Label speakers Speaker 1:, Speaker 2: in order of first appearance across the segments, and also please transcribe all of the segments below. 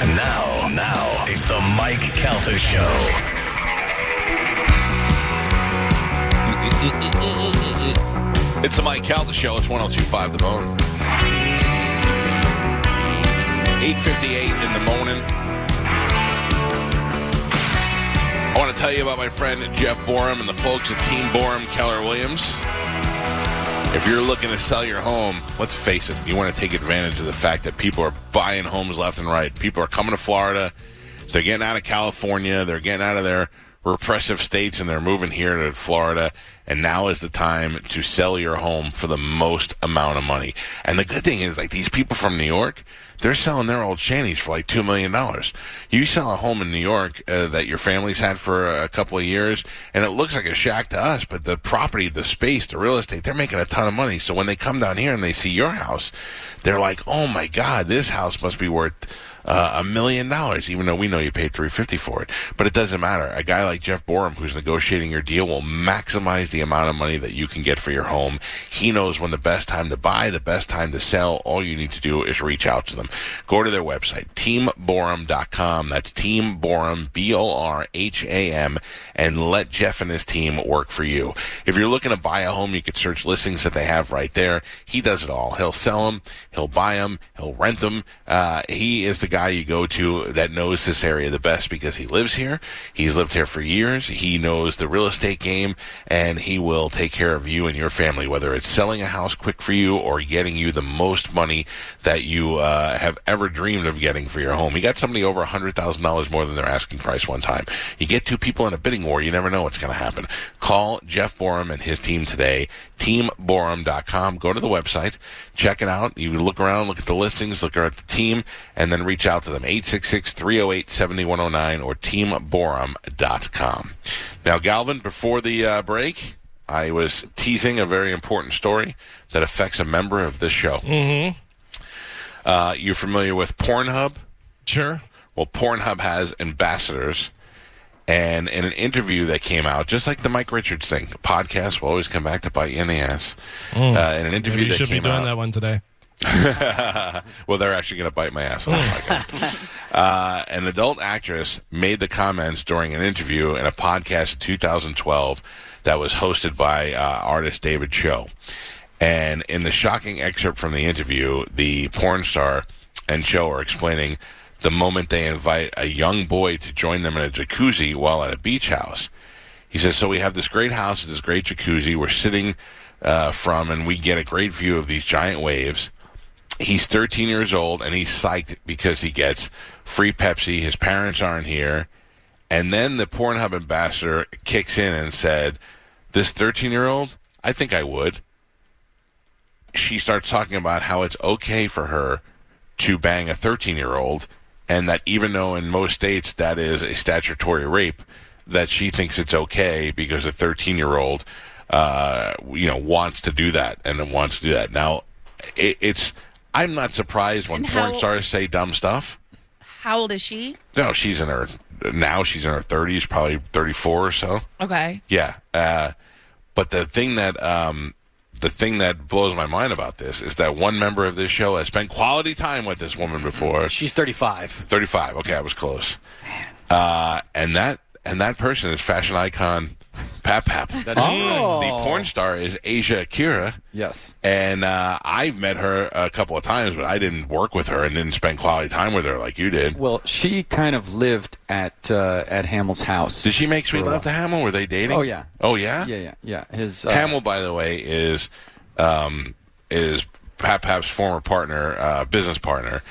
Speaker 1: And now, now it's the Mike Calta Show.
Speaker 2: It's the Mike Calda Show. It's 1025 The Bone. 858 in the morning. I want to tell you about my friend Jeff Borum and the folks at Team Borum Keller Williams. If you're looking to sell your home, let's face it, you want to take advantage of the fact that people are buying homes left and right. People are coming to Florida. They're getting out of California. They're getting out of their repressive states and they're moving here to Florida. And now is the time to sell your home for the most amount of money. And the good thing is, like these people from New York, they're selling their old shanties for like $2 million. You sell a home in New York uh, that your family's had for a couple of years, and it looks like a shack to us, but the property, the space, the real estate, they're making a ton of money. So when they come down here and they see your house, they're like, oh my God, this house must be worth uh, a million dollars, even though we know you paid 350 for it. But it doesn't matter. A guy like Jeff Borum, who's negotiating your deal, will maximize the amount of money that you can get for your home. He knows when the best time to buy, the best time to sell. All you need to do is reach out to them. Go to their website, teamborum.com. That's Team Borum, B O R H A M, and let Jeff and his team work for you. If you're looking to buy a home, you could search listings that they have right there. He does it all. He'll sell them, he'll buy them, he'll rent them. Uh, he is the guy you go to that knows this area the best because he lives here. He's lived here for years. He knows the real estate game, and he will take care of you and your family, whether it's selling a house quick for you or getting you the most money that you uh, have ever dreamed of getting for your home. He got somebody over $100,000 more than their asking price one time. You get two people in a bidding war, you never know what's going to happen. Call Jeff Borum and his team today, teamborum.com. Go to the website, check it out. You can look around, look at the listings, look at the team, and then reach out to them 866-308-7109 or teamborum.com. Now, Galvin, before the uh, break, I was teasing a very important story that affects a member of this show. Mm-hmm. Uh, you're familiar with Pornhub?
Speaker 3: Sure.
Speaker 2: Well, Pornhub has ambassadors. And in an interview that came out, just like the Mike Richards thing, podcast will always come back to bite you in the ass. Uh, in an interview
Speaker 3: Hmm. Maybe you
Speaker 2: that
Speaker 3: should be
Speaker 2: came
Speaker 3: doing
Speaker 2: out,
Speaker 3: that one today.
Speaker 2: well, they're actually going to bite my ass.
Speaker 3: Hmm.
Speaker 2: on the podcast. uh, an adult actress made the comments during an interview in a podcast in 2012 that was hosted by uh, artist David Cho. And in the shocking excerpt from the interview, the porn star and Cho are explaining the moment they invite a young boy to join them in a jacuzzi while at a beach house. He says, so we have this great house with this great jacuzzi we're sitting uh, from, and we get a great view of these giant waves he's 13 years old and he's psyched because he gets free Pepsi. His parents aren't here. And then the Pornhub ambassador kicks in and said, This 13 year old, I think I would. She starts talking about how it's okay for her to bang a 13 year old, and that even though in most states that is a statutory rape, that she thinks it's okay because a 13 year old, uh, you know, wants to do that and then wants to do that. Now, it, it's I'm not surprised when
Speaker 4: And
Speaker 2: porn
Speaker 4: how-
Speaker 2: stars say dumb stuff.
Speaker 4: How old is she?
Speaker 2: No, she's in her now. She's in her 30s, probably 34 or so.
Speaker 4: Okay.
Speaker 2: Yeah. Uh, but the thing that um, the thing that blows my mind about this is that one member of this show has spent quality time with this woman before.
Speaker 5: She's 35.
Speaker 2: 35. Okay, I was close. Uh, and that and that person is fashion icon Pap Pap.
Speaker 6: That is
Speaker 2: The porn star is Asia Akira.
Speaker 6: Yes.
Speaker 2: And uh, I've met her a couple of times, but I didn't work with her and didn't spend quality time with her like you did.
Speaker 6: Well, she kind of lived at uh, at Hamill's house.
Speaker 2: Did she make sweet
Speaker 6: For a
Speaker 2: love to Hamill? Were they dating?
Speaker 6: Oh, yeah.
Speaker 2: Oh yeah.
Speaker 6: Yeah, yeah, yeah. His uh,
Speaker 2: Hamill, by the way, is um, is Pap Pap's former partner, uh, business partner.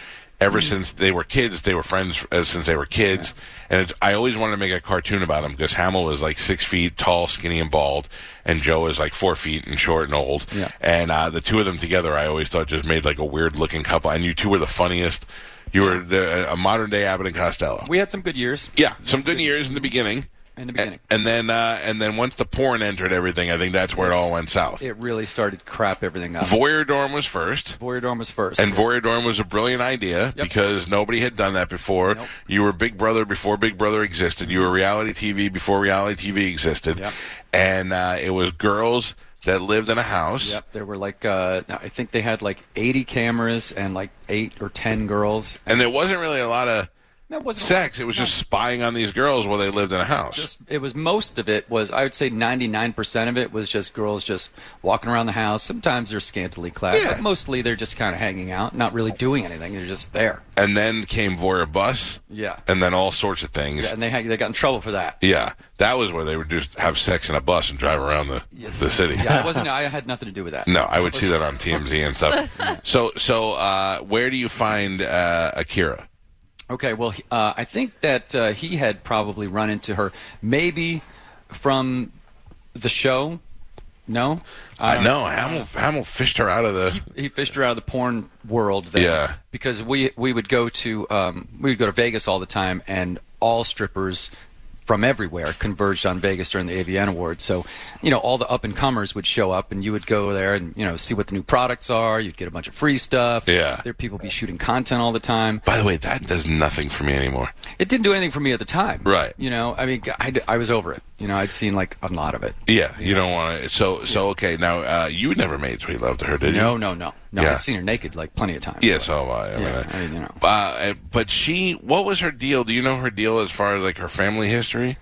Speaker 2: Ever
Speaker 6: Hmm.
Speaker 2: since they were kids, they were friends uh, since they were kids, and it's, I always wanted to make a cartoon about him because Hamill is like six feet tall, skinny and bald, and Joe is like four feet and short and old.
Speaker 6: Yeah.
Speaker 2: And uh, the two of them together, I always thought just made like a weird looking couple. And you two were the funniest You were the, a modern day Abbott and Costello.
Speaker 6: We had some good years.
Speaker 2: yeah, some good years in the beginning.
Speaker 6: In the beginning.
Speaker 2: And, and then uh, and then once the porn entered everything, I think that's where it all went south.
Speaker 6: It really started crap everything up.
Speaker 2: Voyeur Dorm was first.
Speaker 6: Voyeur Dorm was first.
Speaker 2: And Voyeur Dorm was a brilliant idea
Speaker 6: Yep.
Speaker 2: because nobody had done that before.
Speaker 6: Nope.
Speaker 2: You were Big Brother before Big Brother existed. You were reality TV before reality TV existed.
Speaker 6: Yep.
Speaker 2: And uh, it was girls that lived in a house.
Speaker 6: Yep, there were like uh, I think they had like 80 cameras and like eight or 10 girls.
Speaker 2: And there wasn't really a lot of
Speaker 6: That wasn't
Speaker 2: sex. It was just spying on these girls while they lived in a house.
Speaker 6: just it was most of it was I would say 99% of it was just girls just walking around the house. Sometimes they're scantily clad,
Speaker 2: Yeah.
Speaker 6: but mostly they're just kind of hanging out, not really doing anything. They're just there.
Speaker 2: and then came Voyeur Bus.
Speaker 6: Yeah.
Speaker 2: And then all sorts of things.
Speaker 6: And they had, they got in trouble for that.
Speaker 2: Yeah, that was where they would just have sex in a bus and drive around the the city.
Speaker 6: Yeah, I wasn't I had nothing to do with that.
Speaker 2: No, I would see that on TMZ and stuff. So, so uh, where do you find uh, Akira?
Speaker 6: Okay, well, he- uh, I think that uh, he had probably run into her, maybe from the show. No,
Speaker 2: I
Speaker 6: don't-
Speaker 2: know Hamill. Hamill fished her out of the.
Speaker 6: He fished her out of the porn world. There
Speaker 2: Yeah.
Speaker 6: because we we would go to um, we would go to Vegas all the time, and all strippers from everywhere converged on Vegas during the AVN Awards. So, you know, all the up and comers would show up, and you would go there and you know see what the new products are. You'd get a bunch of free stuff.
Speaker 2: Yeah.
Speaker 6: there people be shooting content all the time.
Speaker 2: By the way, that does nothing for me anymore.
Speaker 6: It didn't do anything for me at the time.
Speaker 2: Right.
Speaker 6: You know, I mean, g- I, d- I was over it. You know, I'd seen like a lot of it.
Speaker 2: Yeah, you don't want to. So, so okay. Now, uh, you never made sweet love to her, did you?
Speaker 6: No, no, no. No,
Speaker 2: Yeah.
Speaker 6: I'd seen her naked like plenty of times.
Speaker 2: Yeah, so am I. I mean,
Speaker 6: Yeah,
Speaker 2: I-
Speaker 6: I mean, you know.
Speaker 2: Uh, but she, what was her deal? Do you know her deal as far as like her family history?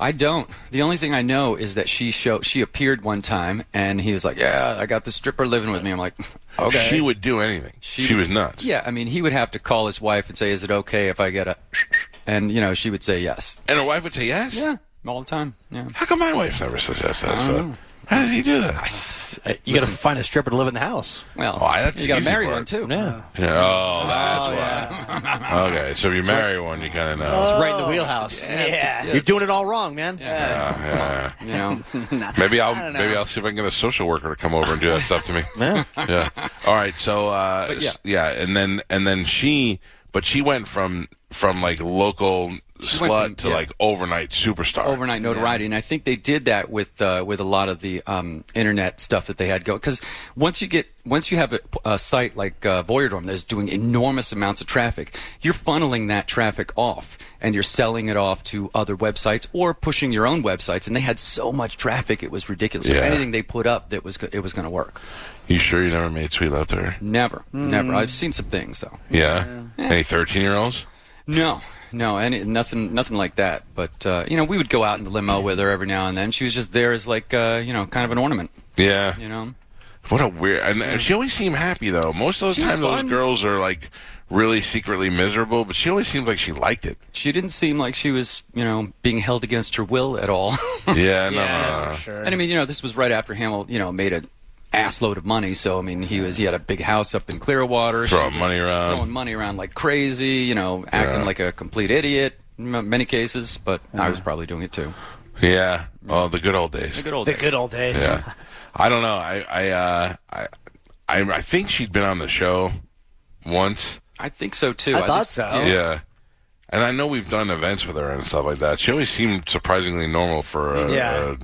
Speaker 6: I don't. The only thing I know is that she show she appeared one time and he was like, "Yeah, I got the stripper living with me." I'm like, "Okay."
Speaker 2: She would do anything. She,
Speaker 6: She-
Speaker 2: was nuts.
Speaker 6: Yeah, I mean, he would have to call his wife and say, "Is it okay if I get a?" And you know, she would say yes.
Speaker 2: And her wife would say yes.
Speaker 6: Yeah, all the time. Yeah.
Speaker 2: How come my wife never suggests that? So, how does he do that?
Speaker 3: Uh, You got to find a stripper to live in the house.
Speaker 6: Well,
Speaker 2: Why, oh, that's
Speaker 6: you got
Speaker 2: the
Speaker 6: to
Speaker 2: easy
Speaker 6: marry
Speaker 2: part.
Speaker 6: one too.
Speaker 3: Yeah,
Speaker 2: Yeah, Oh, Oh. that's why. okay, so if you marry one, you kind of know.
Speaker 3: it's right in the wheelhouse.
Speaker 4: Yeah.
Speaker 3: You're doing it all wrong, man.
Speaker 2: Yeah, yeah.
Speaker 6: You know.
Speaker 2: Maybe I'll maybe I'll see if I can get a social worker to come over and do that stuff to me. Yeah. All right. So uh, s-
Speaker 6: yeah.
Speaker 2: yeah. and then and then she, but she went from from like local
Speaker 6: went
Speaker 2: slut
Speaker 6: from-
Speaker 2: to
Speaker 6: yeah.
Speaker 2: like overnight superstar.
Speaker 6: overnight notoriety, and I think they did that with uh, with a lot of the um, internet stuff that they had go. Because once you get once you have a, a site like uh, Voyardorm that's doing enormous amounts of traffic, you're funneling that traffic off, and you're selling it off to other websites or pushing your own websites. And they had so much traffic, it was ridiculous. So
Speaker 2: Yeah.
Speaker 6: anything they put up that was go- it was going to work.
Speaker 2: You sure you never made sweet love to her?
Speaker 6: Never, never. I've seen some things though.
Speaker 2: Yeah. Any thirteen year olds?
Speaker 6: No, no, and nothing, nothing like that. But uh, you know, we would go out in the limo with her every now and then. She was just there as like uh, you know, kind of an ornament.
Speaker 2: Yeah.
Speaker 6: You know,
Speaker 2: What a weird. And, and she always seemed happy though. Most of the
Speaker 6: She's
Speaker 2: time, those
Speaker 6: fun.
Speaker 2: girls are like really secretly miserable, but she always seems like she liked it.
Speaker 6: she didn't seem like she was you know being held against her will at all.
Speaker 2: Yeah. No.
Speaker 4: Yeah,
Speaker 2: no, no.
Speaker 4: that's for sure.
Speaker 6: and I mean, you know, this was right after Hamill, you know, made a assload of money. So I mean, he was he had a big house up in Clearwater, She
Speaker 2: Throwing
Speaker 6: was
Speaker 2: money around.
Speaker 6: throwing money around like crazy. You know, acting
Speaker 2: Yeah.
Speaker 6: like a complete idiot in m- many cases. But I was probably doing it too.
Speaker 2: Yeah. Oh, the good old days.
Speaker 6: The good old
Speaker 4: The
Speaker 6: days.
Speaker 4: good old days.
Speaker 2: Yeah. I don't know. I I, uh, I I I think she'd been on the show once.
Speaker 6: I think so too.
Speaker 4: I thought
Speaker 6: think-
Speaker 4: so.
Speaker 6: yeah.
Speaker 2: Yeah. And I know we've done events with her and stuff like that. She always seemed surprisingly normal for. Uh,
Speaker 4: Yeah.
Speaker 2: uh,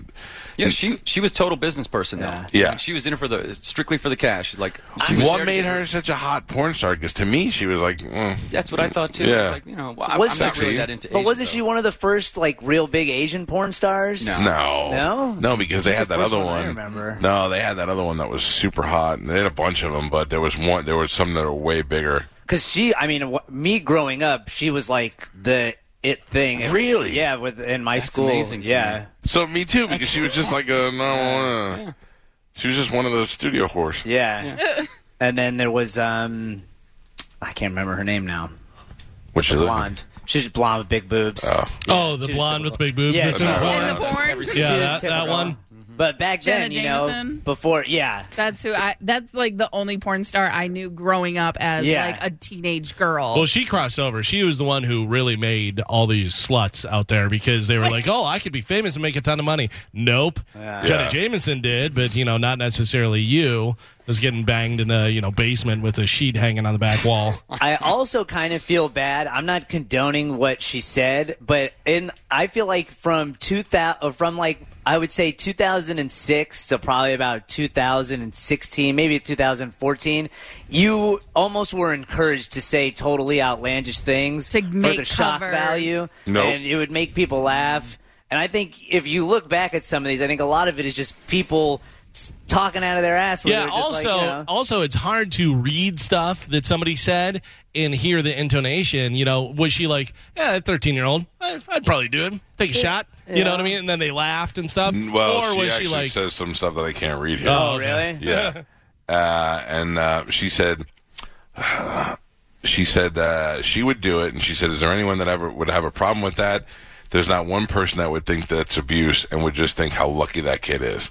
Speaker 6: Yeah, she she was total business person though.
Speaker 2: Yeah.
Speaker 6: she was in it for the strictly for the cash. She's like, she was there
Speaker 2: what
Speaker 6: to
Speaker 2: made
Speaker 6: get-
Speaker 2: her such a hot porn star? Because to me, she was like, mm.
Speaker 6: That's what I thought too.
Speaker 2: Yeah.
Speaker 6: I was like, you know, well, I'm,
Speaker 4: Was-
Speaker 6: I'm not
Speaker 2: Sexy.
Speaker 6: really that into.
Speaker 4: But
Speaker 6: Asians,
Speaker 4: wasn't
Speaker 6: though.
Speaker 4: she one of the first like real big Asian porn stars?
Speaker 2: no,
Speaker 4: No?
Speaker 2: no, because they
Speaker 4: She's
Speaker 2: had
Speaker 4: the
Speaker 2: that
Speaker 4: first
Speaker 2: other
Speaker 4: one I
Speaker 2: one.
Speaker 4: remember.
Speaker 2: No, they had that other one that was super hot, and they had a bunch of them. But there was one, there was some that were way bigger.
Speaker 4: Because she, I mean, wh- me growing up, she was like the it thing. If-
Speaker 2: Really?
Speaker 4: Yeah, with in my
Speaker 6: That's
Speaker 4: school.
Speaker 6: amazing to
Speaker 4: yeah.
Speaker 6: me.
Speaker 2: So me too, because she was just like a normal. Uh, She was just one of those studio whores.
Speaker 4: Yeah. and then there was um I can't remember her name now.
Speaker 2: Which is
Speaker 4: Blonde. She's blonde with big boobs.
Speaker 2: Oh.
Speaker 5: oh, the
Speaker 4: she was
Speaker 5: blonde
Speaker 4: typical.
Speaker 5: with big boobs.
Speaker 4: Yeah,
Speaker 5: that's
Speaker 4: she
Speaker 5: in
Speaker 4: was-
Speaker 5: porn?
Speaker 7: in the porn.
Speaker 5: yeah,
Speaker 4: She was
Speaker 5: that, that
Speaker 4: typical.
Speaker 5: one.
Speaker 4: Mm-hmm. But back then,
Speaker 7: Jenna
Speaker 4: you know,
Speaker 7: Jameson.
Speaker 4: before yeah.
Speaker 7: That's who I. That's like the only porn star I knew growing up as
Speaker 4: Yeah.
Speaker 7: like a teenage girl.
Speaker 5: Well, she crossed over. She was the one who really made all these sluts out there because they were like, "Oh, I could be famous and make a ton of money." Nope. Jenna Jameson did, but you know, not necessarily you. is getting banged in a you know basement with a sheet hanging on the back wall.
Speaker 4: I also kind of feel bad. I'm not condoning what she said, but in I feel like from 2000 uh, from like I would say 2006 to probably about 2016, maybe 2014, you almost were encouraged to say totally outlandish things
Speaker 7: To
Speaker 4: for
Speaker 7: make
Speaker 4: the shock
Speaker 7: covers.
Speaker 4: value
Speaker 2: Nope.
Speaker 4: and it would make people laugh. And I think if you look back at some of these, I think a lot of it is just people s- talking out of their ass. where
Speaker 5: Yeah.
Speaker 4: they're just like,
Speaker 5: Also,
Speaker 4: you know.
Speaker 5: also, it's hard to read stuff that somebody said and hear the intonation. You know, was she like, "Yeah, that thirteen-year-old, I'd, I'd probably do it, take a shot." You know what I mean? And then they laughed and stuff.
Speaker 2: Well,
Speaker 5: or
Speaker 2: she
Speaker 5: was
Speaker 2: actually
Speaker 5: she like,
Speaker 2: says some stuff that I can't read here.
Speaker 4: oh,
Speaker 5: okay.
Speaker 4: really?
Speaker 2: Yeah. uh, and uh, she said, she said uh, she would do it, and she said, "Is there anyone that ever would have a problem with that?" There's not one person that would think that's abuse and would just think how lucky that kid is.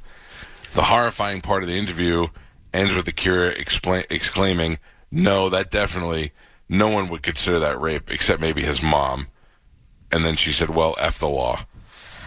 Speaker 2: The horrifying part of the interview ends with the cure explain, exclaiming, "No, that definitely no one would consider that rape except maybe his mom." And then she said, "Well, f the law."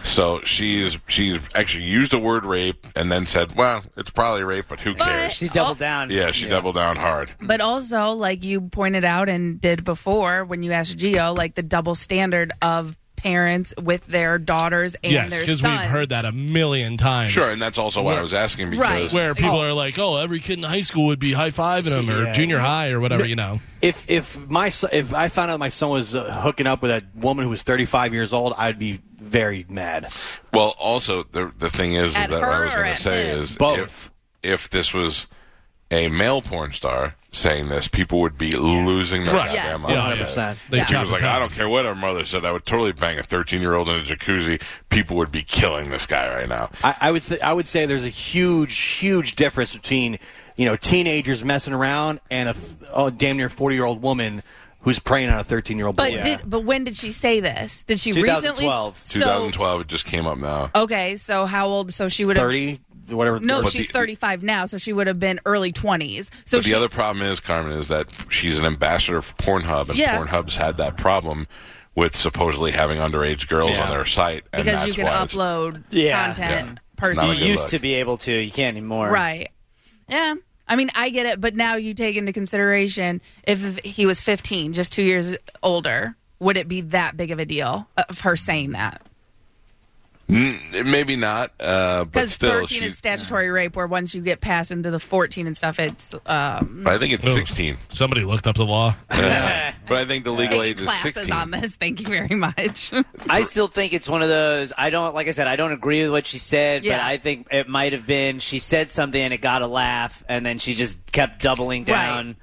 Speaker 2: So she's she's actually used the word rape and then said, "Well, it's probably rape, but who cares?"
Speaker 4: She doubled down.
Speaker 2: Yeah, she doubled down hard.
Speaker 7: But also, like you pointed out and did before when you asked Gio, like the double standard of parents with their daughters and
Speaker 5: "Yes,"
Speaker 7: their
Speaker 5: because
Speaker 7: sons.
Speaker 5: we've heard that a million times.
Speaker 2: Sure, and that's also why I was asking because
Speaker 7: Right.
Speaker 5: Where people
Speaker 7: Oh.
Speaker 5: are like, "Oh, every kid in high school would be high fiving them or
Speaker 4: Yeah.
Speaker 5: junior high or whatever," you know.
Speaker 3: If if my son, if I found out my son was uh, hooking up with a woman who was 35 years old, I'd be very mad.
Speaker 2: well, also the the thing is, is
Speaker 7: At
Speaker 2: that what I
Speaker 7: her
Speaker 2: was
Speaker 7: or
Speaker 2: going
Speaker 7: at
Speaker 2: to say
Speaker 7: him?
Speaker 2: is
Speaker 3: Both.
Speaker 2: if if this was a male porn star saying this, people would be losing their
Speaker 5: Right.
Speaker 2: goddamn
Speaker 7: Yes.
Speaker 2: mind.
Speaker 5: Yeah,
Speaker 3: 100%.
Speaker 5: They
Speaker 7: Yeah.
Speaker 2: She
Speaker 5: chop
Speaker 2: was
Speaker 5: his
Speaker 2: like,
Speaker 5: head
Speaker 2: I
Speaker 5: off."
Speaker 2: don't care what her mother said. I would totally bang a 13 year old in a jacuzzi. People would be killing this guy right now.
Speaker 3: I, I would th- I would say there's a huge huge difference between you know teenagers messing around and a, f- a damn near 40 year old woman who's preying on a 13 year old boy.
Speaker 7: But did but when did she say this? Did she recently?
Speaker 4: 2012.
Speaker 7: So
Speaker 2: 2012, it just came up now.
Speaker 7: okay, so how old? So she would have
Speaker 3: 30 whatever.
Speaker 7: No,
Speaker 2: But
Speaker 7: she's
Speaker 2: the-
Speaker 7: 35 now, so she would have been early 20s. So
Speaker 2: But
Speaker 7: she-
Speaker 2: the other problem is, Carmen, is that she's an ambassador for Pornhub, and
Speaker 7: Yeah.
Speaker 2: Pornhub's had that problem with supposedly having underage girls on their site. And
Speaker 7: because
Speaker 2: that's
Speaker 7: you can
Speaker 2: why it's-
Speaker 7: upload
Speaker 4: Yeah.
Speaker 7: content
Speaker 2: Yeah.
Speaker 7: personally.
Speaker 2: Not a
Speaker 4: You
Speaker 2: good
Speaker 4: used
Speaker 2: luck.
Speaker 4: to be able to. You can't anymore.
Speaker 7: Right. Yeah. I mean, I get it, but now you take into consideration if he was 15, just two years older, would it be that big of a deal of her saying that?
Speaker 2: Mm, maybe not, uh, but
Speaker 7: Because
Speaker 2: still,
Speaker 7: 13
Speaker 2: she,
Speaker 7: is statutory rape, where once you get past into the 14 and stuff, it's um,
Speaker 2: I think it's
Speaker 5: Ugh.
Speaker 2: 16.
Speaker 5: Somebody looked up the law.
Speaker 2: Yeah. but I think the legal
Speaker 7: taking
Speaker 2: age is Oh,
Speaker 7: classes
Speaker 2: 16.
Speaker 7: on this. Thank you very much.
Speaker 4: I still think it's one of those. I don't like. I said I don't agree with what she said, but
Speaker 7: Yeah.
Speaker 4: I think it might have been she said something and it got a laugh, and then she just kept doubling down.
Speaker 7: Right.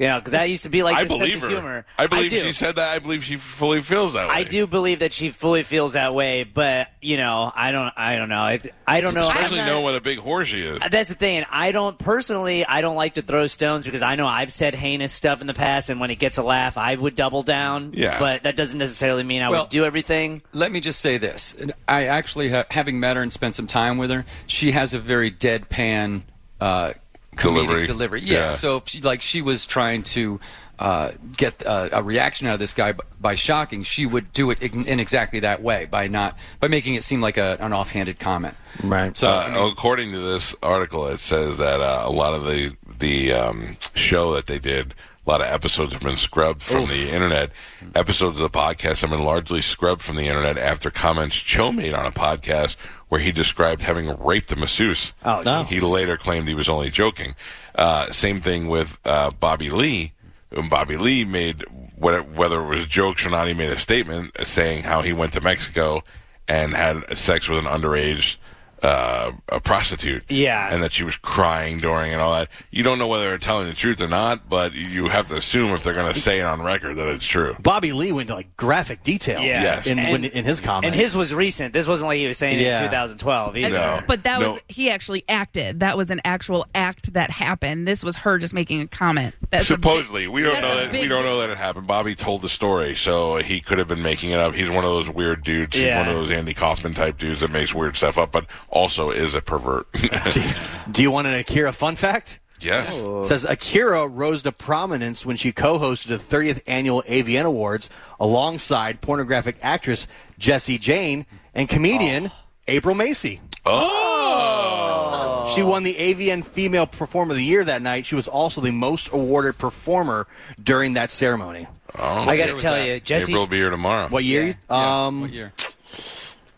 Speaker 4: You know, because that used to be like
Speaker 2: I
Speaker 4: the sense
Speaker 2: believe
Speaker 4: of
Speaker 2: her.
Speaker 4: humor.
Speaker 2: I believe
Speaker 4: do.
Speaker 2: she said that. I believe she fully feels that way.
Speaker 4: I do believe that she fully feels that way, but you know, I don't. I don't know. I, I don't know. I'm
Speaker 2: Especially
Speaker 4: not-
Speaker 2: knowing what a big whore she is.
Speaker 4: That's the thing. I don't personally. I don't like to throw stones because I know I've said heinous stuff in the past, and when it gets a laugh, I would double down.
Speaker 2: Yeah.
Speaker 4: but that doesn't necessarily mean I
Speaker 6: Well-
Speaker 4: would do everything.
Speaker 6: Let me just say this. I actually, ha- having met her and spent some time with her, she has a very deadpan uh, comedic
Speaker 2: Delivery.
Speaker 6: delivery. Yeah.
Speaker 2: Yeah.
Speaker 6: So, if she, like, she was trying to uh, get uh, a reaction out of this guy b- by shocking. She would do it in, in exactly that way by not by making it seem like a, an offhanded comment.
Speaker 3: Right.
Speaker 6: So, I mean,
Speaker 2: Uh, according to this article, it says that uh, a lot of the the um, show that they did, a lot of episodes have been scrubbed from the internet. Episodes of the podcast have been largely scrubbed from the internet after comments Cho made on a podcast where he described having raped a masseuse.
Speaker 4: Oh, Jesus.
Speaker 2: he later claimed he was only joking. Uh, same thing with uh, Bobby Lee. When Bobby Lee made what, whether it was jokes or not, he made a statement saying how he went to Mexico and had sex with an underage uh, a prostitute.
Speaker 4: Yeah.
Speaker 2: and that she was crying during and all that. You don't know whether they're telling the truth or not, but you have to assume if they're going to say it on record that it's true.
Speaker 3: Bobby Lee went into like graphic detail
Speaker 4: Yeah.
Speaker 2: Yes.
Speaker 3: in,
Speaker 4: And-
Speaker 3: when, in his comments.
Speaker 4: And his was recent. This wasn't like he was saying
Speaker 3: Yeah.
Speaker 4: in 2012 either.
Speaker 2: No.
Speaker 7: But that
Speaker 2: No.
Speaker 7: was he actually acted. That was an actual act that happened. This was her just making a comment. That's a big-
Speaker 2: Supposedly, we don't
Speaker 7: that's
Speaker 2: know
Speaker 7: a
Speaker 2: that we
Speaker 7: big
Speaker 2: don't
Speaker 7: di-
Speaker 2: know that it happened. Bobby told the story, so he could have been making it up. He's one of those weird dudes. He's
Speaker 4: Yeah.
Speaker 2: one of those Andy Kaufman type dudes that makes weird stuff up, but also is a pervert.
Speaker 3: Do you want an Akira fun fact?
Speaker 2: yes,
Speaker 3: It says Akira rose to prominence when she co-hosted the 30th annual AVN Awards alongside pornographic actress
Speaker 4: Oh.
Speaker 3: Jessie Jane and comedian April Macy.
Speaker 2: Oh,
Speaker 3: She won the AVN Female Performer of the Year that night. She was also the most awarded performer during that ceremony.
Speaker 2: Oh,
Speaker 4: I got
Speaker 2: yeah.
Speaker 4: to tell you, Jesse.
Speaker 2: April will be here tomorrow.
Speaker 3: What year? Um,
Speaker 6: what year?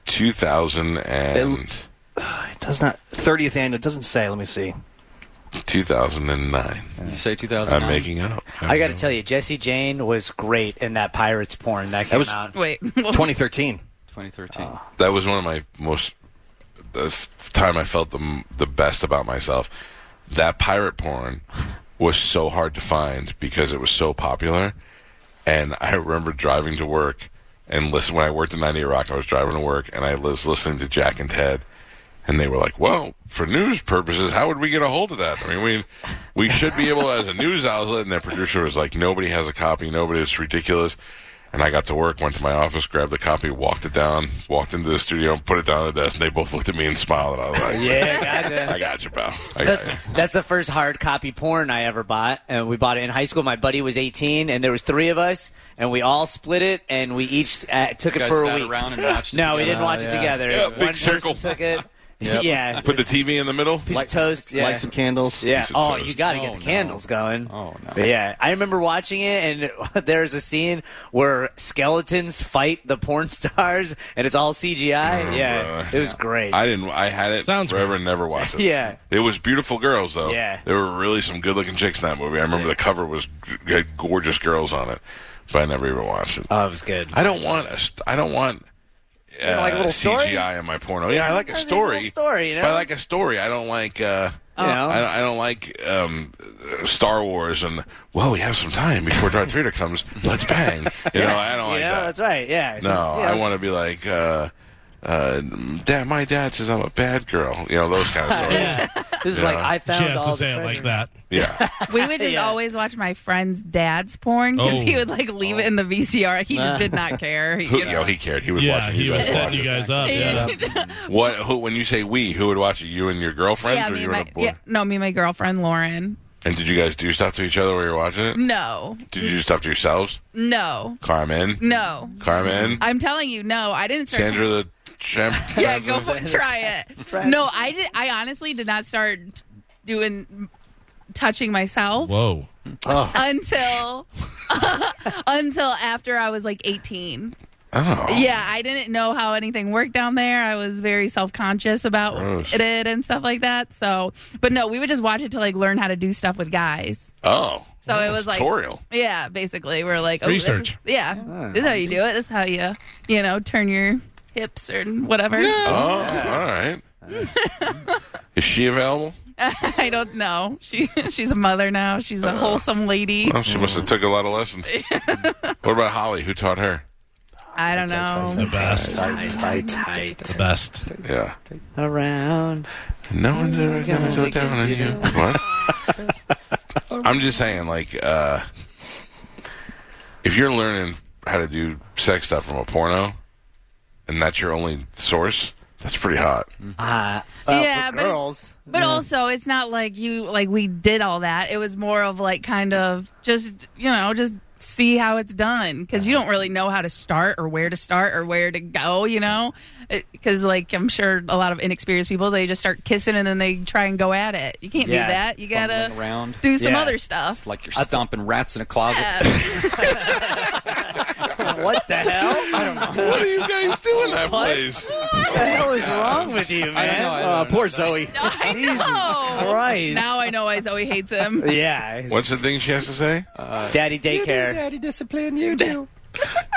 Speaker 2: 2000 and
Speaker 3: it does not 30th annual. It doesn't say. Let me see.
Speaker 2: 2009.
Speaker 6: You say 2009.
Speaker 2: I'm making up.
Speaker 4: I got to tell you, Jesse Jane was great in that Pirates porn that came
Speaker 3: was-
Speaker 4: out.
Speaker 7: Wait.
Speaker 3: 2013.
Speaker 6: 2013.
Speaker 4: Oh.
Speaker 2: that was one of my most the f- time I felt the m- the best about myself. That pirate porn was so hard to find because it was so popular, and I remember driving to work and listen when I worked at 98 Rock. I was driving to work and I was listening to Jack and Ted. And they were like, "Well, for news purposes, how would we get a hold of that? I mean, we we should be able as a news outlet." And their producer was like, "Nobody has a copy. Nobody. It's ridiculous." And I got to work, went to my office, grabbed a copy, walked it down, walked into the studio, and put it down on the desk. And they both looked at me and smiled, and I was like,
Speaker 4: Yeah, gotcha.
Speaker 2: I got you, pal. I got
Speaker 4: That's,
Speaker 2: you."
Speaker 4: that's the first hard copy porn I ever bought, and we bought it in high school. My buddy was 18, and there was three of us, and we all split it, and we each uh, took
Speaker 6: You
Speaker 4: it
Speaker 6: guys
Speaker 4: for a
Speaker 6: sat
Speaker 4: week.
Speaker 6: around and watched. it
Speaker 4: no, we
Speaker 6: together.
Speaker 4: didn't watch it together.
Speaker 2: Uh, Yeah,
Speaker 4: One
Speaker 2: big
Speaker 4: person
Speaker 2: circle.
Speaker 4: took it. Yeah,
Speaker 2: Put the TV in the middle.
Speaker 4: piece of toast. Yeah.
Speaker 3: Light some candles.
Speaker 4: Yeah.
Speaker 2: Piece of
Speaker 4: Oh,
Speaker 2: toast.
Speaker 4: you got to get
Speaker 6: Oh,
Speaker 4: the
Speaker 6: no.
Speaker 4: candles going.
Speaker 6: Oh, no.
Speaker 4: But yeah, I remember watching it, and there's a scene where skeletons fight the porn stars, and it's all CGI.
Speaker 2: Oh,
Speaker 4: yeah,
Speaker 2: brother.
Speaker 4: it was great.
Speaker 2: I didn't. I had it
Speaker 5: Sounds
Speaker 2: forever and never watched it.
Speaker 4: Yeah.
Speaker 2: it was beautiful girls though.
Speaker 4: Yeah.
Speaker 2: there were really some good-looking chicks in that movie. I remember the cover was had gorgeous girls on it, but I never even watched it.
Speaker 4: oh, it was good.
Speaker 2: I don't want a. st- I don't want. Uh,
Speaker 4: like a little
Speaker 2: CGI
Speaker 4: story?
Speaker 2: in my porno. Yeah, I like a
Speaker 4: Sometimes
Speaker 2: story.
Speaker 4: a little story, you know? Oh.
Speaker 2: But I like a story. I don't like. Uh,
Speaker 4: You know?
Speaker 2: I, don't- I don't like um, uh, Star Wars and well, we have some time before Darth Vader comes. Let's bang. You know, I don't
Speaker 4: You know,
Speaker 2: like that.
Speaker 4: that's right. Yeah.
Speaker 2: No, I want to be like, uh, uh, Dad. My dad says I'm a bad girl. You know those kind of stories. yeah.
Speaker 4: to. This is
Speaker 2: Yeah.
Speaker 4: like I
Speaker 5: She
Speaker 4: found
Speaker 5: has
Speaker 4: all
Speaker 5: to
Speaker 4: the
Speaker 5: say it
Speaker 4: treasure.
Speaker 5: like that.
Speaker 7: We would just
Speaker 4: Yeah.
Speaker 7: always watch my friend's dad's porn because
Speaker 5: Oh.
Speaker 7: he would like leave it in the VCR. He just did not care. He-
Speaker 2: Who,
Speaker 7: you know.
Speaker 2: yo, he cared. He was
Speaker 5: Yeah,
Speaker 2: watching.
Speaker 5: he
Speaker 2: you
Speaker 5: was
Speaker 2: guys watch
Speaker 5: setting you
Speaker 2: it.
Speaker 5: guys up.
Speaker 7: Yeah.
Speaker 5: Yeah.
Speaker 2: What? Who? When you say we, who would watch it? You and your girlfriends,
Speaker 7: yeah,
Speaker 2: or
Speaker 7: me
Speaker 2: you
Speaker 7: and
Speaker 2: were
Speaker 7: my
Speaker 2: a boy?
Speaker 7: yeah, no, me and my girlfriend Lauren.
Speaker 2: And did you guys do stuff to each other while you were watching it?
Speaker 7: No,
Speaker 2: Did you do stuff to yourselves,
Speaker 7: no,
Speaker 2: Carmen?
Speaker 7: no.
Speaker 2: Carmen,
Speaker 7: I'm telling you, no. I didn't start.
Speaker 2: Sandra the champ.
Speaker 7: yeah, go for it. Try it. No, I did. I honestly did not start doing touching myself
Speaker 5: Whoa.
Speaker 7: until until after I was like 18.
Speaker 2: Oh,
Speaker 7: Yeah, I didn't know how anything worked down there. I was very self conscious about
Speaker 2: Gross.
Speaker 7: it and stuff like that. So, but no, we would just watch it to like learn how to do stuff with guys.
Speaker 2: oh.
Speaker 7: So it was like
Speaker 2: tutorial.
Speaker 7: Yeah, basically, we're like, oh, This is,
Speaker 5: Research.
Speaker 7: yeah, this is how you do it. This is how you, you know, turn your hips or whatever.
Speaker 2: Oh, all right. Is she available?
Speaker 7: I don't know. She she's a mother now. She's a wholesome lady.
Speaker 2: Oh, she must have took a lot of lessons. what about Holly? Who taught her?
Speaker 7: I don't know.
Speaker 5: Best.
Speaker 4: Tight, tight, tight.
Speaker 5: Best.
Speaker 2: Yeah.
Speaker 4: Around.
Speaker 2: No one's ever gonna go down on you. What? I'm just saying, like, uh, if you're learning how to do sex stuff from a porno, and that's your only source, that's pretty hot.
Speaker 4: Uh,
Speaker 7: Yeah, but-
Speaker 4: girls.
Speaker 7: But also, it's not like you like we did all that. It was more of like kind of just you know just see how it's done because you don't really know how to start or where to start or where to go. You know, because like I'm sure a lot of inexperienced people they just start kissing and then they try and go at it. You can't
Speaker 4: Yeah,
Speaker 7: do that. You
Speaker 6: Fumbling
Speaker 7: gotta
Speaker 6: around.
Speaker 7: do some
Speaker 4: Yeah.
Speaker 7: other stuff.
Speaker 6: It's like you're stomping rats in a closet.
Speaker 4: what the hell?
Speaker 2: What are you guys doing in that place?
Speaker 4: What the hell is wrong with you, man?
Speaker 6: I don't know. I
Speaker 3: Uh,
Speaker 6: don't
Speaker 3: poor Zoe.
Speaker 7: I know.
Speaker 4: Christ.
Speaker 7: Now I know why Zoe hates him.
Speaker 4: yeah.
Speaker 2: What's the thing she has to say?
Speaker 4: Daddy daycare.
Speaker 6: discipline, you do.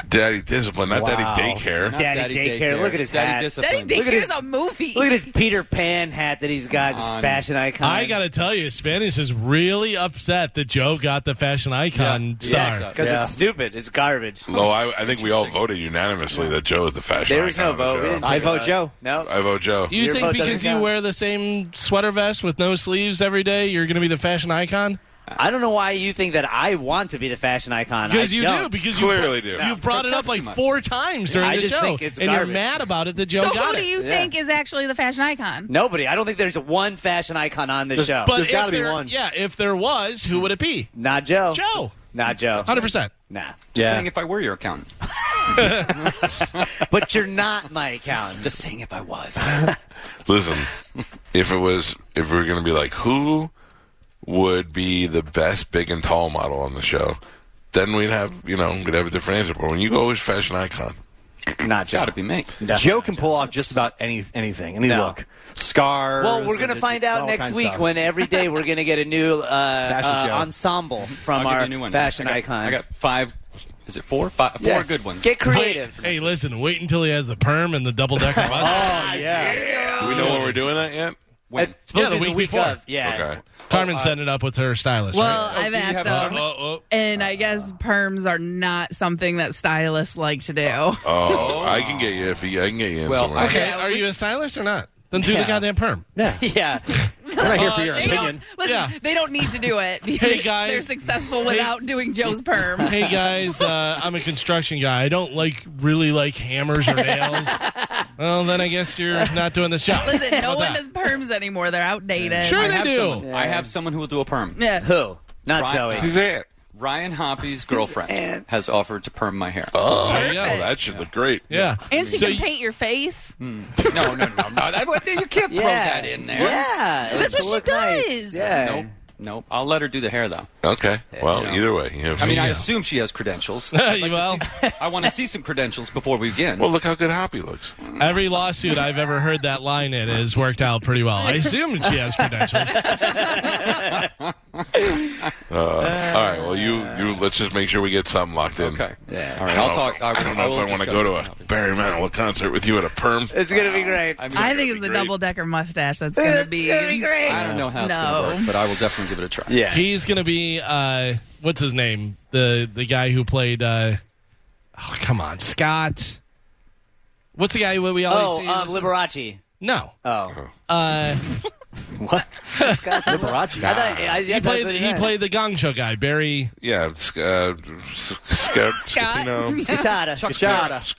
Speaker 2: Daddy discipline, not
Speaker 4: Wow.
Speaker 2: daddy daycare.
Speaker 4: Daddy daycare. Look at his
Speaker 6: daddy
Speaker 4: hat.
Speaker 7: Daddy
Speaker 6: discipline.
Speaker 4: Look at
Speaker 7: Daycare's
Speaker 4: his-
Speaker 7: a movie.
Speaker 4: Look at his Peter Pan hat that he's got. This
Speaker 6: On.
Speaker 4: fashion icon.
Speaker 5: I gotta tell you, Spanish is really upset that Joe got the fashion icon
Speaker 6: Yeah.
Speaker 5: star.
Speaker 6: Yeah.
Speaker 4: because
Speaker 3: Yeah.
Speaker 4: it's stupid. It's garbage.
Speaker 2: No, I, I think we all voted unanimously that Joe is the fashion.
Speaker 4: There was
Speaker 2: icon
Speaker 4: no
Speaker 2: of the
Speaker 4: vote. We
Speaker 2: show.
Speaker 4: didn't
Speaker 3: I
Speaker 4: take a
Speaker 3: vote
Speaker 4: vote.
Speaker 3: Joe.
Speaker 4: No.
Speaker 2: I vote Joe.
Speaker 5: You
Speaker 4: Your
Speaker 5: think
Speaker 4: vote
Speaker 5: because
Speaker 4: doesn't
Speaker 5: you
Speaker 4: count.
Speaker 5: wear the same sweater vest with no sleeves every day, you're going to be the fashion icon?
Speaker 4: I don't know why you think that I want to be the fashion icon.
Speaker 5: Because
Speaker 4: I
Speaker 5: you
Speaker 4: don't.
Speaker 5: do. Because
Speaker 2: Clearly
Speaker 5: you,
Speaker 2: do.
Speaker 5: You've
Speaker 2: No,
Speaker 5: brought it
Speaker 6: don't
Speaker 5: up
Speaker 6: touch
Speaker 5: like
Speaker 6: too much.
Speaker 5: four times during
Speaker 4: I
Speaker 5: the
Speaker 4: just
Speaker 5: show,
Speaker 4: think it's
Speaker 5: and
Speaker 4: garbage.
Speaker 5: you're mad about it that Joe
Speaker 7: so
Speaker 5: got
Speaker 7: who do
Speaker 5: it.
Speaker 7: you
Speaker 4: Yeah.
Speaker 7: think is actually the fashion icon?
Speaker 4: Nobody. I don't think there's one fashion icon on this show.
Speaker 5: but
Speaker 3: There's
Speaker 5: if
Speaker 3: gotta be
Speaker 5: there-
Speaker 3: one.
Speaker 5: Yeah, if there was, who would it be?
Speaker 4: not Joe.
Speaker 5: Joe.
Speaker 4: Not Joe.
Speaker 5: Hundred percent.
Speaker 4: Nah.
Speaker 6: Just saying if I were your accountant.
Speaker 4: but you're not my accountant.
Speaker 6: Just saying, if I was,
Speaker 2: Listen, if it was, if we were going to be like, who would be the best big and tall model on the show, then we'd have, you know, we'd have a different answer. But when you go as fashion icon,
Speaker 4: Not
Speaker 6: got to
Speaker 4: Joe.
Speaker 6: be me.
Speaker 3: Joe can pull off just about any anything, any
Speaker 4: No.
Speaker 3: look. Scars.
Speaker 4: Well, we're gonna
Speaker 3: and
Speaker 4: find
Speaker 3: all
Speaker 4: out
Speaker 3: kinds
Speaker 4: next
Speaker 3: of
Speaker 4: week
Speaker 3: stuff.
Speaker 4: when every day we're gonna get a new uh,
Speaker 3: Fashion
Speaker 4: uh,
Speaker 3: show.
Speaker 4: ensemble
Speaker 6: I'll
Speaker 4: from
Speaker 6: give you
Speaker 4: our
Speaker 6: a new one.
Speaker 4: fashion
Speaker 6: I got,
Speaker 4: icon.
Speaker 6: I got five. Is it four? Five, four good ones.
Speaker 4: Get
Speaker 5: Wait-
Speaker 4: creative.
Speaker 5: hey, listen, wait until he has the perm and the double decker bus.
Speaker 2: do we know when we're doing that yet?
Speaker 6: When?
Speaker 4: It's supposed
Speaker 5: Yeah,
Speaker 4: to
Speaker 5: the
Speaker 4: be
Speaker 5: week before.
Speaker 4: of. Yeah.
Speaker 2: Okay.
Speaker 5: Carmen's setting it up with her stylist.
Speaker 7: Well, uh,
Speaker 5: right?
Speaker 7: I've
Speaker 6: do you
Speaker 7: asked
Speaker 6: have
Speaker 7: them,
Speaker 5: Oh, oh,
Speaker 7: and I guess perms are not something that stylists like to do.
Speaker 2: Oh, I can get you if you, I can get you in
Speaker 6: Well,
Speaker 2: somewhere.
Speaker 5: Okay,
Speaker 7: Yeah,
Speaker 5: are
Speaker 7: we-
Speaker 5: you a stylist or not? Then do the goddamn perm.
Speaker 4: Yeah.
Speaker 3: We're not here for your
Speaker 7: They don't,
Speaker 3: opinion.
Speaker 7: listen,
Speaker 5: Yeah.
Speaker 7: they don't need to do it because
Speaker 5: guys.
Speaker 7: they're successful without doing Joe's perm.
Speaker 5: Hey guys, uh, I'm a construction guy. I don't like really like hammers or nails. well, then I guess you're not doing this job.
Speaker 7: Listen,
Speaker 5: How
Speaker 7: no
Speaker 5: about
Speaker 7: one
Speaker 5: that?
Speaker 7: does perms anymore. They're outdated.
Speaker 5: Sure
Speaker 6: I
Speaker 5: they
Speaker 6: have
Speaker 5: do.
Speaker 6: someone- I have someone who will do a perm.
Speaker 7: Yeah.
Speaker 4: Who? Not
Speaker 6: Right.
Speaker 4: Zoe.
Speaker 2: Who's that?
Speaker 6: Ryan Hoppy's girlfriend has offered to perm my hair.
Speaker 2: Oh,
Speaker 5: There you go.
Speaker 2: well, that should look great.
Speaker 5: Yeah.
Speaker 7: And she
Speaker 5: So
Speaker 7: can
Speaker 5: you-
Speaker 7: paint your face.
Speaker 6: No, no, no, no. That, would- you can't throw
Speaker 4: Yeah.
Speaker 6: that in there.
Speaker 4: Yeah.
Speaker 7: That's
Speaker 4: it's
Speaker 7: what she
Speaker 4: look nice.
Speaker 7: does.
Speaker 4: Yeah.
Speaker 6: Nope. Nope. I'll let her do the hair though.
Speaker 2: Okay. Well, either way. you know,
Speaker 6: I mean, I
Speaker 2: yeah.
Speaker 6: assume she has credentials.
Speaker 5: well,
Speaker 6: I want to see some credentials before we begin.
Speaker 2: well, look how good Hoppy looks.
Speaker 5: every lawsuit I've ever heard that line in has worked out pretty well. I assume she has credentials.
Speaker 2: Uh, all right. Well, you, you let's just make sure we get something locked in.
Speaker 6: okay.
Speaker 4: Yeah.
Speaker 6: All
Speaker 2: I
Speaker 6: right.
Speaker 2: don't
Speaker 6: I'll
Speaker 2: know if-
Speaker 6: talk.
Speaker 2: I don't know if I want to go to a Barry Manilow concert with you at a perm.
Speaker 4: It's gonna be great.
Speaker 6: I, mean,
Speaker 7: I think it's the
Speaker 2: great.
Speaker 7: double decker mustache that's going to be.
Speaker 6: I don't know how it's
Speaker 7: No.
Speaker 6: going to work, but I will definitely give it a try.
Speaker 4: Yeah.
Speaker 5: He's gonna be uh, what's his name? The the guy who played. Uh, oh, come on, Scott. What's the guy what we always
Speaker 4: oh,
Speaker 5: see?
Speaker 4: um, Liberace.
Speaker 5: no.
Speaker 4: Oh.
Speaker 5: Uh,
Speaker 3: What? Liberace.
Speaker 4: I thought, I, I,
Speaker 5: he played he played the Gong Show guy, Barry.
Speaker 2: Yeah, it's, uh, S- Scout,
Speaker 7: Scott?
Speaker 2: Scatino,
Speaker 4: Cachada. Cachada.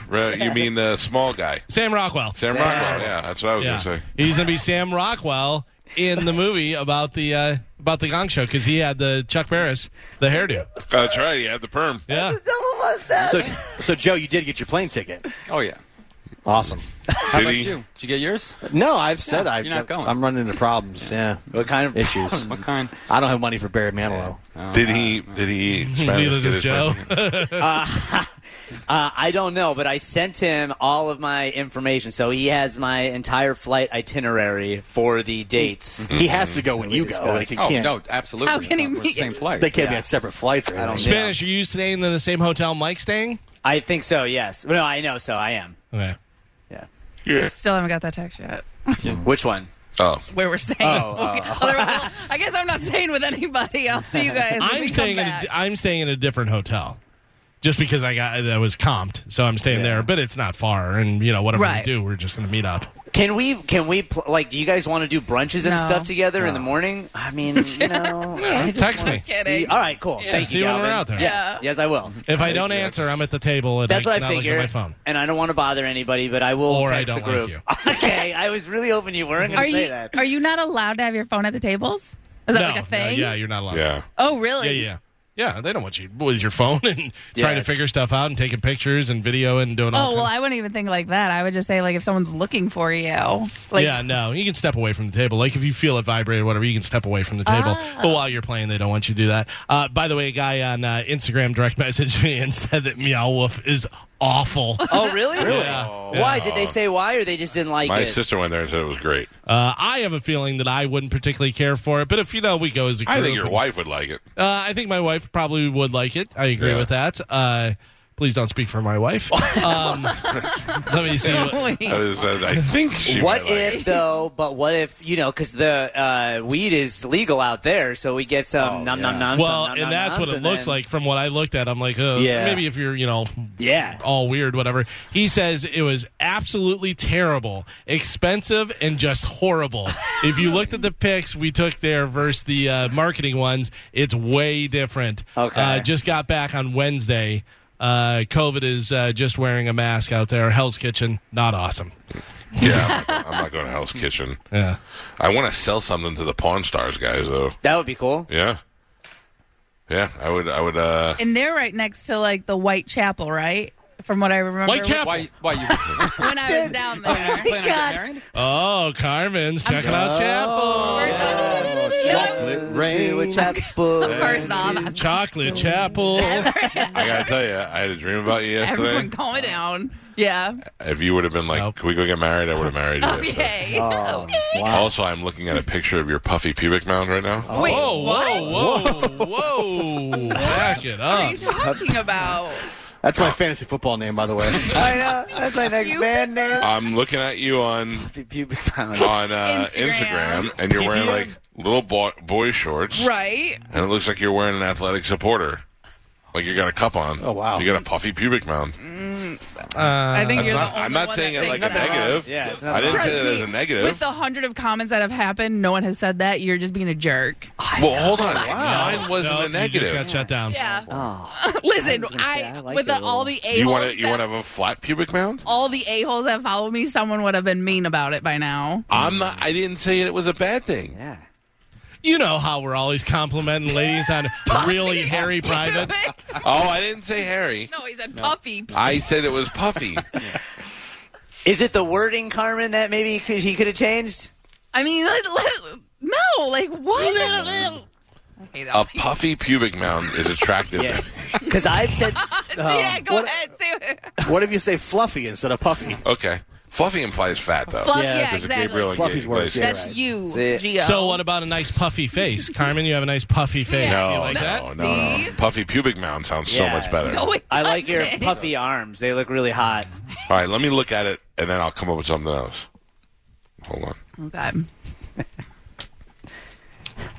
Speaker 2: Scachata. Right, you mean uh, small guy,
Speaker 5: Sam Rockwell.
Speaker 2: Sam Rockwell? Yeah, that's what I was
Speaker 5: Yeah.
Speaker 2: gonna say.
Speaker 5: He's gonna be Sam Rockwell in the movie about the uh, about the Gong Show because he had the Chuck Barris the hairdo.
Speaker 2: That's right. You had the perm.
Speaker 5: Yeah.
Speaker 3: So, so Joe, you did get your plane ticket.
Speaker 6: Oh yeah.
Speaker 3: Awesome.
Speaker 6: How
Speaker 2: Did
Speaker 6: about
Speaker 2: he?
Speaker 6: you? Did you get yours?
Speaker 3: No, I've said I,
Speaker 6: you're not going.
Speaker 3: I'm running into problems. Yeah.
Speaker 4: What kind of
Speaker 3: Issues.
Speaker 6: What kind?
Speaker 3: I don't have money for Barry Manilow.
Speaker 2: Did he? Did he?
Speaker 5: Neither
Speaker 2: Spanish get
Speaker 5: does
Speaker 2: his
Speaker 5: Joe.
Speaker 2: perm?
Speaker 4: Uh, I don't know, but I sent him all of my information, so he has my entire flight itinerary for the dates.
Speaker 3: He has to go when you go.
Speaker 4: discussed.
Speaker 3: Like, he
Speaker 6: Oh
Speaker 3: can't,
Speaker 6: no, absolutely.
Speaker 7: How can he
Speaker 6: We're the
Speaker 7: be-
Speaker 6: same flight?
Speaker 3: They can't be on separate flights or anything.
Speaker 4: don't
Speaker 5: Spanish, are you staying in the same hotel Mike's staying?
Speaker 4: I think so. Yes. No, I know. So I am.
Speaker 5: Okay.
Speaker 4: Yeah.
Speaker 7: Still haven't got that text yet.
Speaker 4: Which one?
Speaker 2: Oh,
Speaker 7: Where we're staying. Okay. Otherwise, well, I guess I'm not staying with anybody. I'll see you guys. when
Speaker 5: I'm
Speaker 7: we come
Speaker 5: staying. In a,
Speaker 7: back.
Speaker 5: I'm staying in a different hotel, just because I got that was comped, so I'm staying there. But it's not far, and you know whatever
Speaker 7: Right.
Speaker 5: we do, we're just going to meet up.
Speaker 4: Can we? Can we? Pl- like, do you guys want to do brunches and
Speaker 7: No.
Speaker 4: stuff together in the morning? I mean, you know. I just
Speaker 5: text
Speaker 4: wanna
Speaker 5: me.
Speaker 4: See. All right. Cool. Thank
Speaker 5: See
Speaker 4: you,
Speaker 5: when we're
Speaker 4: Galvin.
Speaker 5: out there.
Speaker 4: Yes. Yes, I will.
Speaker 5: If I don't answer, I'm at the table and
Speaker 4: That's
Speaker 5: I,
Speaker 4: what I
Speaker 5: not looking
Speaker 4: figured.
Speaker 5: at my phone.
Speaker 4: And I don't want to bother anybody, but I will
Speaker 5: Or I
Speaker 4: text
Speaker 5: don't
Speaker 4: the group.
Speaker 5: like
Speaker 4: okay. I was really hoping you weren't going
Speaker 7: Are
Speaker 4: to say
Speaker 7: you
Speaker 4: that.
Speaker 7: are you not allowed to have your phone at the tables? Is that
Speaker 5: no,
Speaker 7: like a
Speaker 5: no,
Speaker 7: thing?
Speaker 5: yeah, you're not allowed.
Speaker 2: yeah.
Speaker 7: Oh, really?
Speaker 5: yeah, yeah, yeah. They don't want you with your phone and trying
Speaker 4: Yeah.
Speaker 5: to figure stuff out and taking pictures and video and doing all.
Speaker 7: Oh well,
Speaker 5: kinds-
Speaker 7: I wouldn't even think like that. I would just say like if someone's looking for you, like
Speaker 5: yeah, no, you can step away from the table. Like if you feel it vibrate or whatever, you can step away from the table. But while you're playing, they don't want you to do that. Uh, by the way, a guy on uh, Instagram direct messaged me and said that Meow Wolf is awful. Uh,
Speaker 4: Oh, really? Really?
Speaker 5: Yeah.
Speaker 4: Why did they say why, or they just didn't like
Speaker 2: My
Speaker 4: it?
Speaker 2: sister went there and said it was great.
Speaker 5: Uh, I have a feeling that I wouldn't particularly care for it, but if you know, we go as a group.
Speaker 2: I think your wife would like it.
Speaker 5: Uh, I think my wife probably would like it. I agree
Speaker 2: Yeah.
Speaker 5: with that. Uh, please don't speak for my wife. um, let me see. what-
Speaker 2: I,
Speaker 7: Wait.
Speaker 2: just said, uh, I think she.
Speaker 4: what
Speaker 2: might like
Speaker 4: if
Speaker 2: it.
Speaker 4: though? But what if you know? Because the uh, weed is legal out there, so we get
Speaker 2: Oh,
Speaker 4: some num num num.
Speaker 5: well,
Speaker 4: some, num, num,
Speaker 5: and that's what
Speaker 4: nums,
Speaker 5: it
Speaker 4: and
Speaker 5: looks
Speaker 4: then-
Speaker 5: like from what I looked at. I'm like, uh,
Speaker 4: Yeah.
Speaker 5: maybe if you're, you know,
Speaker 4: Yeah.
Speaker 5: all weird, whatever. He says it was absolutely terrible, expensive, and just horrible. if you looked at the pics we took there versus the uh, marketing ones, it's way different.
Speaker 4: Okay.
Speaker 5: Uh, just got back on Wednesday. Uh, COVID is uh, just wearing a mask out there. Hell's Kitchen, not awesome.
Speaker 2: Yeah, I'm not- I'm not going to Hell's Kitchen.
Speaker 5: Yeah.
Speaker 2: I want to sell something to the Pawn Stars guys, though.
Speaker 4: That would be cool.
Speaker 2: Yeah. Yeah, I would. I would. uh
Speaker 7: And they're right next to like the White Chapel, right? From what I remember,
Speaker 5: Whitechapel.
Speaker 6: Why? Why you?
Speaker 7: when I was down there.
Speaker 6: plan on getting married?
Speaker 5: Oh, Carmen's checking out Chapel.
Speaker 7: First off, no,
Speaker 3: Rain.
Speaker 2: Oh,
Speaker 7: first off,
Speaker 5: Chocolate Chapel.
Speaker 2: I gotta tell you, I had a dream about you yesterday.
Speaker 7: everyone calm it down. Yeah.
Speaker 2: If you would have been like,
Speaker 5: Nope.
Speaker 2: "Can we go get married?" I would have married you. yesterday.
Speaker 7: Okay.
Speaker 2: Also, I'm looking at a picture of your puffy pubic mound right now.
Speaker 7: Wait,
Speaker 5: Whoa,
Speaker 7: what?
Speaker 5: whoa,
Speaker 2: Oh,
Speaker 5: whoa, whoa. Back it
Speaker 7: What are
Speaker 5: up.
Speaker 7: you talking about?
Speaker 3: That's my fantasy football name, by the way.
Speaker 4: I know. That's my next
Speaker 7: You-
Speaker 4: band name.
Speaker 2: I'm looking at you on
Speaker 4: Pubic mound.
Speaker 2: on uh,
Speaker 7: Instagram.
Speaker 2: Instagram. and you're wearing like little boy, boy shorts,
Speaker 7: Right.
Speaker 2: and it looks like you're wearing an athletic supporter. Like you got a cup on.
Speaker 3: Oh, wow.
Speaker 2: You got a puffy pubic mound.
Speaker 7: Oh, I
Speaker 5: Uh,
Speaker 7: think you're
Speaker 2: not-
Speaker 7: the only
Speaker 2: Uh, I'm not
Speaker 7: one
Speaker 2: saying
Speaker 7: that
Speaker 2: it like
Speaker 7: thinks
Speaker 2: a
Speaker 7: that.
Speaker 2: negative.
Speaker 4: Yeah, it's not
Speaker 2: I didn't
Speaker 7: Trust
Speaker 2: say that as
Speaker 7: me,
Speaker 2: a negative.
Speaker 7: With the hundred of comments that have happened, no one has said that. You're just being a jerk.
Speaker 4: Oh,
Speaker 2: well, hold on. Mine
Speaker 5: No,
Speaker 2: wasn't a
Speaker 5: You just
Speaker 2: negative.
Speaker 5: got shut down.
Speaker 7: Yeah.
Speaker 4: Oh. I
Speaker 7: Listen,
Speaker 4: was gonna
Speaker 7: I,
Speaker 4: say, I like
Speaker 7: with
Speaker 4: it a
Speaker 7: the, all the a
Speaker 2: You
Speaker 7: holes,
Speaker 2: want to you want to have a flat pubic mound?
Speaker 7: all the a holes that follow me, someone would have been mean about it by now.
Speaker 2: I'm not. I didn't say it was a bad thing.
Speaker 4: Yeah.
Speaker 5: You know how we're always complimenting ladies on really hairy privates.
Speaker 2: Oh, I didn't say hairy.
Speaker 7: no, he said puffy.
Speaker 2: I said it was puffy.
Speaker 4: Is it the wording, Carmen, that maybe he could- he could have changed?
Speaker 7: I mean, let- let- no, like what? Okay, that
Speaker 2: a puffy pubic mound is attractive.
Speaker 4: Yeah. Because I've said. Oh.
Speaker 7: yeah, go
Speaker 3: what-
Speaker 7: ahead. Say it.
Speaker 3: what if you say fluffy instead of puffy?
Speaker 2: Okay. Fluffy implies fat though.
Speaker 7: Fluff,
Speaker 3: Yeah,
Speaker 7: yeah,
Speaker 2: There's a
Speaker 7: exactly.
Speaker 2: Gabriel and
Speaker 3: Fluffy's
Speaker 2: Gabe
Speaker 3: worse,
Speaker 2: Glazer.
Speaker 3: yeah.
Speaker 7: That's you,
Speaker 4: Say it.
Speaker 7: Gio.
Speaker 5: So what about a nice puffy face, Carmen? You have a nice puffy face.
Speaker 7: Yeah.
Speaker 5: You
Speaker 2: No,
Speaker 5: like
Speaker 2: no,
Speaker 5: that?
Speaker 2: no, no.
Speaker 7: See?
Speaker 2: Puffy pubic mound sounds so
Speaker 4: Yeah.
Speaker 2: much better.
Speaker 7: No, it
Speaker 4: I like your
Speaker 7: doesn't.
Speaker 4: puffy arms. They look really hot.
Speaker 2: All right, let me look at it and then I'll come up with something else. Hold on.
Speaker 7: Oh, God.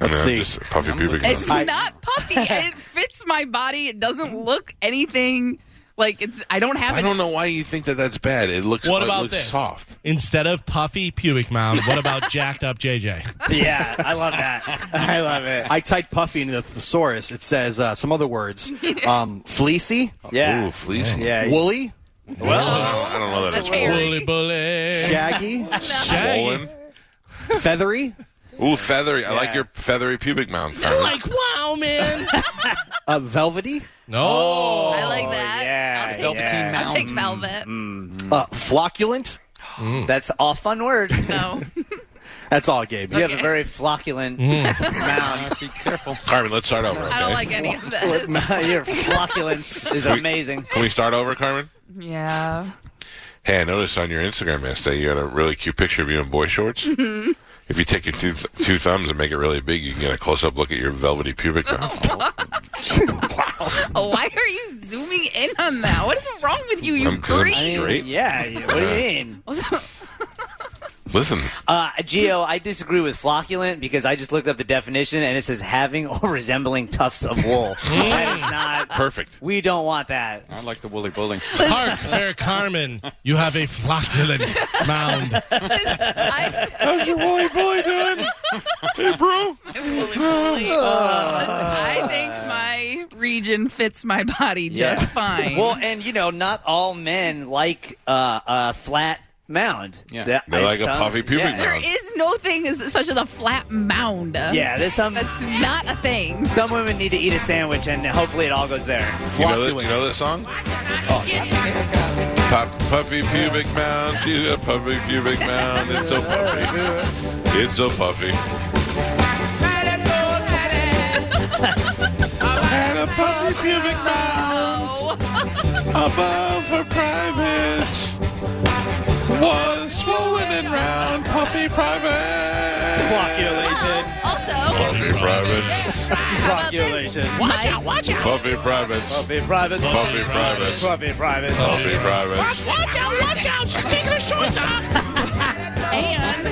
Speaker 2: And
Speaker 3: Let's
Speaker 2: then
Speaker 3: see.
Speaker 2: Just puffy pubic mound.
Speaker 7: It's not puffy. it fits my body. It doesn't look anything like it's. I don't have
Speaker 2: I
Speaker 7: it.
Speaker 2: don't know why you think that that's bad. It looks
Speaker 5: What
Speaker 2: it
Speaker 5: about
Speaker 2: looks
Speaker 5: this?
Speaker 2: soft.
Speaker 5: Instead of puffy pubic mound, what about jacked up JJ?
Speaker 4: Yeah, I love that. I love it.
Speaker 3: I typed puffy into the thesaurus. It says uh, some other words: um, fleecy,
Speaker 4: Yeah.
Speaker 2: Ooh, fleecy.
Speaker 4: Yeah.
Speaker 3: woolly,
Speaker 2: I, don't, I don't know that
Speaker 7: That's
Speaker 2: it's wool.
Speaker 7: hairy.
Speaker 5: Bully bully.
Speaker 3: shaggy,
Speaker 5: Shaggy.
Speaker 2: Swollen.
Speaker 3: feathery,
Speaker 2: Ooh, feathery. I like
Speaker 4: Yeah.
Speaker 2: your feathery pubic mound. Carmen.
Speaker 5: Like wow, man.
Speaker 3: uh, velvety,
Speaker 5: No.
Speaker 7: I like that.
Speaker 4: Oh, yeah,
Speaker 7: I'll take
Speaker 4: Velveteen Mm.
Speaker 7: that. I'll take
Speaker 6: Mountain.
Speaker 7: velvet.
Speaker 3: uh, flocculent.
Speaker 4: That's all fun word.
Speaker 7: No.
Speaker 3: That's all, Gabe.
Speaker 4: You have a
Speaker 7: Okay.
Speaker 4: very flocculent
Speaker 2: Mm. Uh,
Speaker 4: mound.
Speaker 6: Be careful.
Speaker 2: Carmen, let's start over. Okay?
Speaker 7: I don't like any of this.
Speaker 4: Your flocculence is amazing.
Speaker 2: Can we start over, Carmen?
Speaker 7: Yeah.
Speaker 2: Hey, I noticed on your Instagram yesterday you had a really cute picture of you in boy shorts. If you take your two, two thumbs and make it really big, you can get a close up look at your velvety pubic mound.
Speaker 7: Oh, Why are you zooming in on that? What is wrong with you? You
Speaker 2: Um, 'cause I'm
Speaker 7: creep.
Speaker 2: straight.
Speaker 4: Yeah. you- What do you mean?
Speaker 2: Listen,
Speaker 4: Uh, Geo, I disagree with flocculent because I just looked up the definition and it says having or resembling tufts of wool. that is not.
Speaker 2: perfect.
Speaker 4: We don't want that.
Speaker 6: I like the woolly bully.
Speaker 5: Hark, fair Carmen, you have a flocculent mound.
Speaker 7: I,
Speaker 2: How's your woolly boy doing? Hey, bro.
Speaker 7: I think my region fits my body just
Speaker 4: Uh. Yeah.
Speaker 7: fine.
Speaker 4: Well, and you know, not all men like uh, a flat mound.
Speaker 6: Yeah.
Speaker 4: That-
Speaker 2: They like a
Speaker 4: some-
Speaker 2: puffy pubic
Speaker 4: yeah.
Speaker 7: there is no thing as, such as a flat mound.
Speaker 4: Yeah, there's some.
Speaker 7: That's not a thing.
Speaker 4: Some women need to eat a sandwich, and hopefully it all goes there.
Speaker 2: You know, that, you know that song?
Speaker 4: Oh,
Speaker 2: Pop, puffy pubic mound. She's a puffy pubic mound. It's so puffy. It's so puffy. And a puffy pubic mound.
Speaker 7: Oh,
Speaker 2: above her privates was swollen and round puffy
Speaker 7: Uh,
Speaker 2: private
Speaker 4: Flocculation.
Speaker 7: Also,
Speaker 2: puffy privates
Speaker 7: how about this?
Speaker 4: Flocculation.
Speaker 7: Watch out, watch out.
Speaker 2: puffy privates
Speaker 4: Puffy private.
Speaker 2: puffy privates Oh.
Speaker 4: Puffy private.
Speaker 2: puffy privates
Speaker 7: Watch out, watch out. She's taking her shorts off. and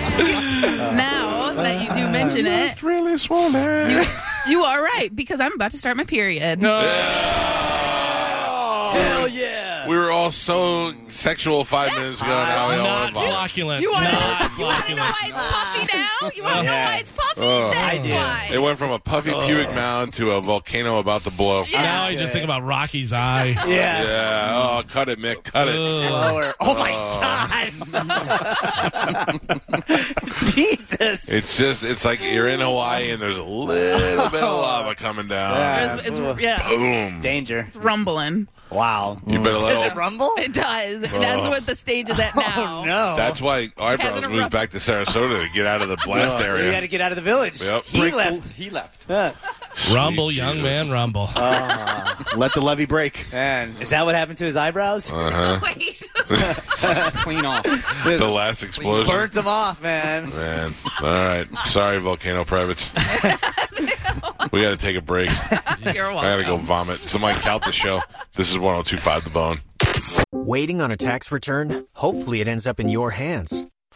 Speaker 7: now that you do mention it,
Speaker 2: really swollen
Speaker 7: you, you are right because I'm about to start my period.
Speaker 5: No.
Speaker 4: Hell yeah.
Speaker 2: We were all so sexual five minutes ago. Now we all
Speaker 5: Not
Speaker 2: want to vomit.
Speaker 5: flocculent.
Speaker 7: You want to
Speaker 5: Not
Speaker 7: know, you know
Speaker 5: flocculent.
Speaker 7: why it's puffy now? You want to know why it's puffy?
Speaker 2: Oh.
Speaker 7: That's
Speaker 4: I do.
Speaker 7: why.
Speaker 2: It went from a puffy pubic mound to a volcano about to blow. Oh. Yeah.
Speaker 5: Now I just think about Rocky's eye.
Speaker 4: Yeah.
Speaker 2: Oh, cut it, Mick. Cut it.
Speaker 5: Ugh.
Speaker 4: Lower. Oh my God. Jesus.
Speaker 2: It's just, it's like you're in Hawaii and there's a little bit of lava coming down.
Speaker 7: It's, it's- yeah,
Speaker 2: Boom.
Speaker 4: Danger.
Speaker 7: it's rumbling.
Speaker 4: Wow.
Speaker 2: You better
Speaker 4: Does
Speaker 2: let
Speaker 4: Mm. it
Speaker 2: all,
Speaker 4: rumble?
Speaker 7: It does.
Speaker 2: Oh.
Speaker 7: That's what the stage is at now.
Speaker 4: No.
Speaker 2: That's why eyebrows
Speaker 7: Hasn't
Speaker 2: moved
Speaker 7: erupted.
Speaker 2: back to Sarasota to get out of the blast
Speaker 4: you got to
Speaker 2: area.
Speaker 4: get out of the village.
Speaker 2: Yep.
Speaker 4: He
Speaker 2: Break-
Speaker 4: left.
Speaker 6: He left.
Speaker 5: Rumble,
Speaker 2: Sweet
Speaker 5: young
Speaker 2: Jesus.
Speaker 5: man, rumble.
Speaker 3: Let the levee break.
Speaker 4: Man, is that what happened to his eyebrows?
Speaker 2: Uh,
Speaker 7: Wait.
Speaker 6: Clean off.
Speaker 2: Uh-huh. The last explosion.
Speaker 4: Burns them off, man.
Speaker 2: Man. All right. Sorry, volcano privates. we got to take a break.
Speaker 7: You're
Speaker 2: I got to
Speaker 7: welcome.
Speaker 2: go vomit. Somebody count the show. This is 1025 The Bone.
Speaker 8: Waiting on a tax return? Hopefully, it ends up in your hands.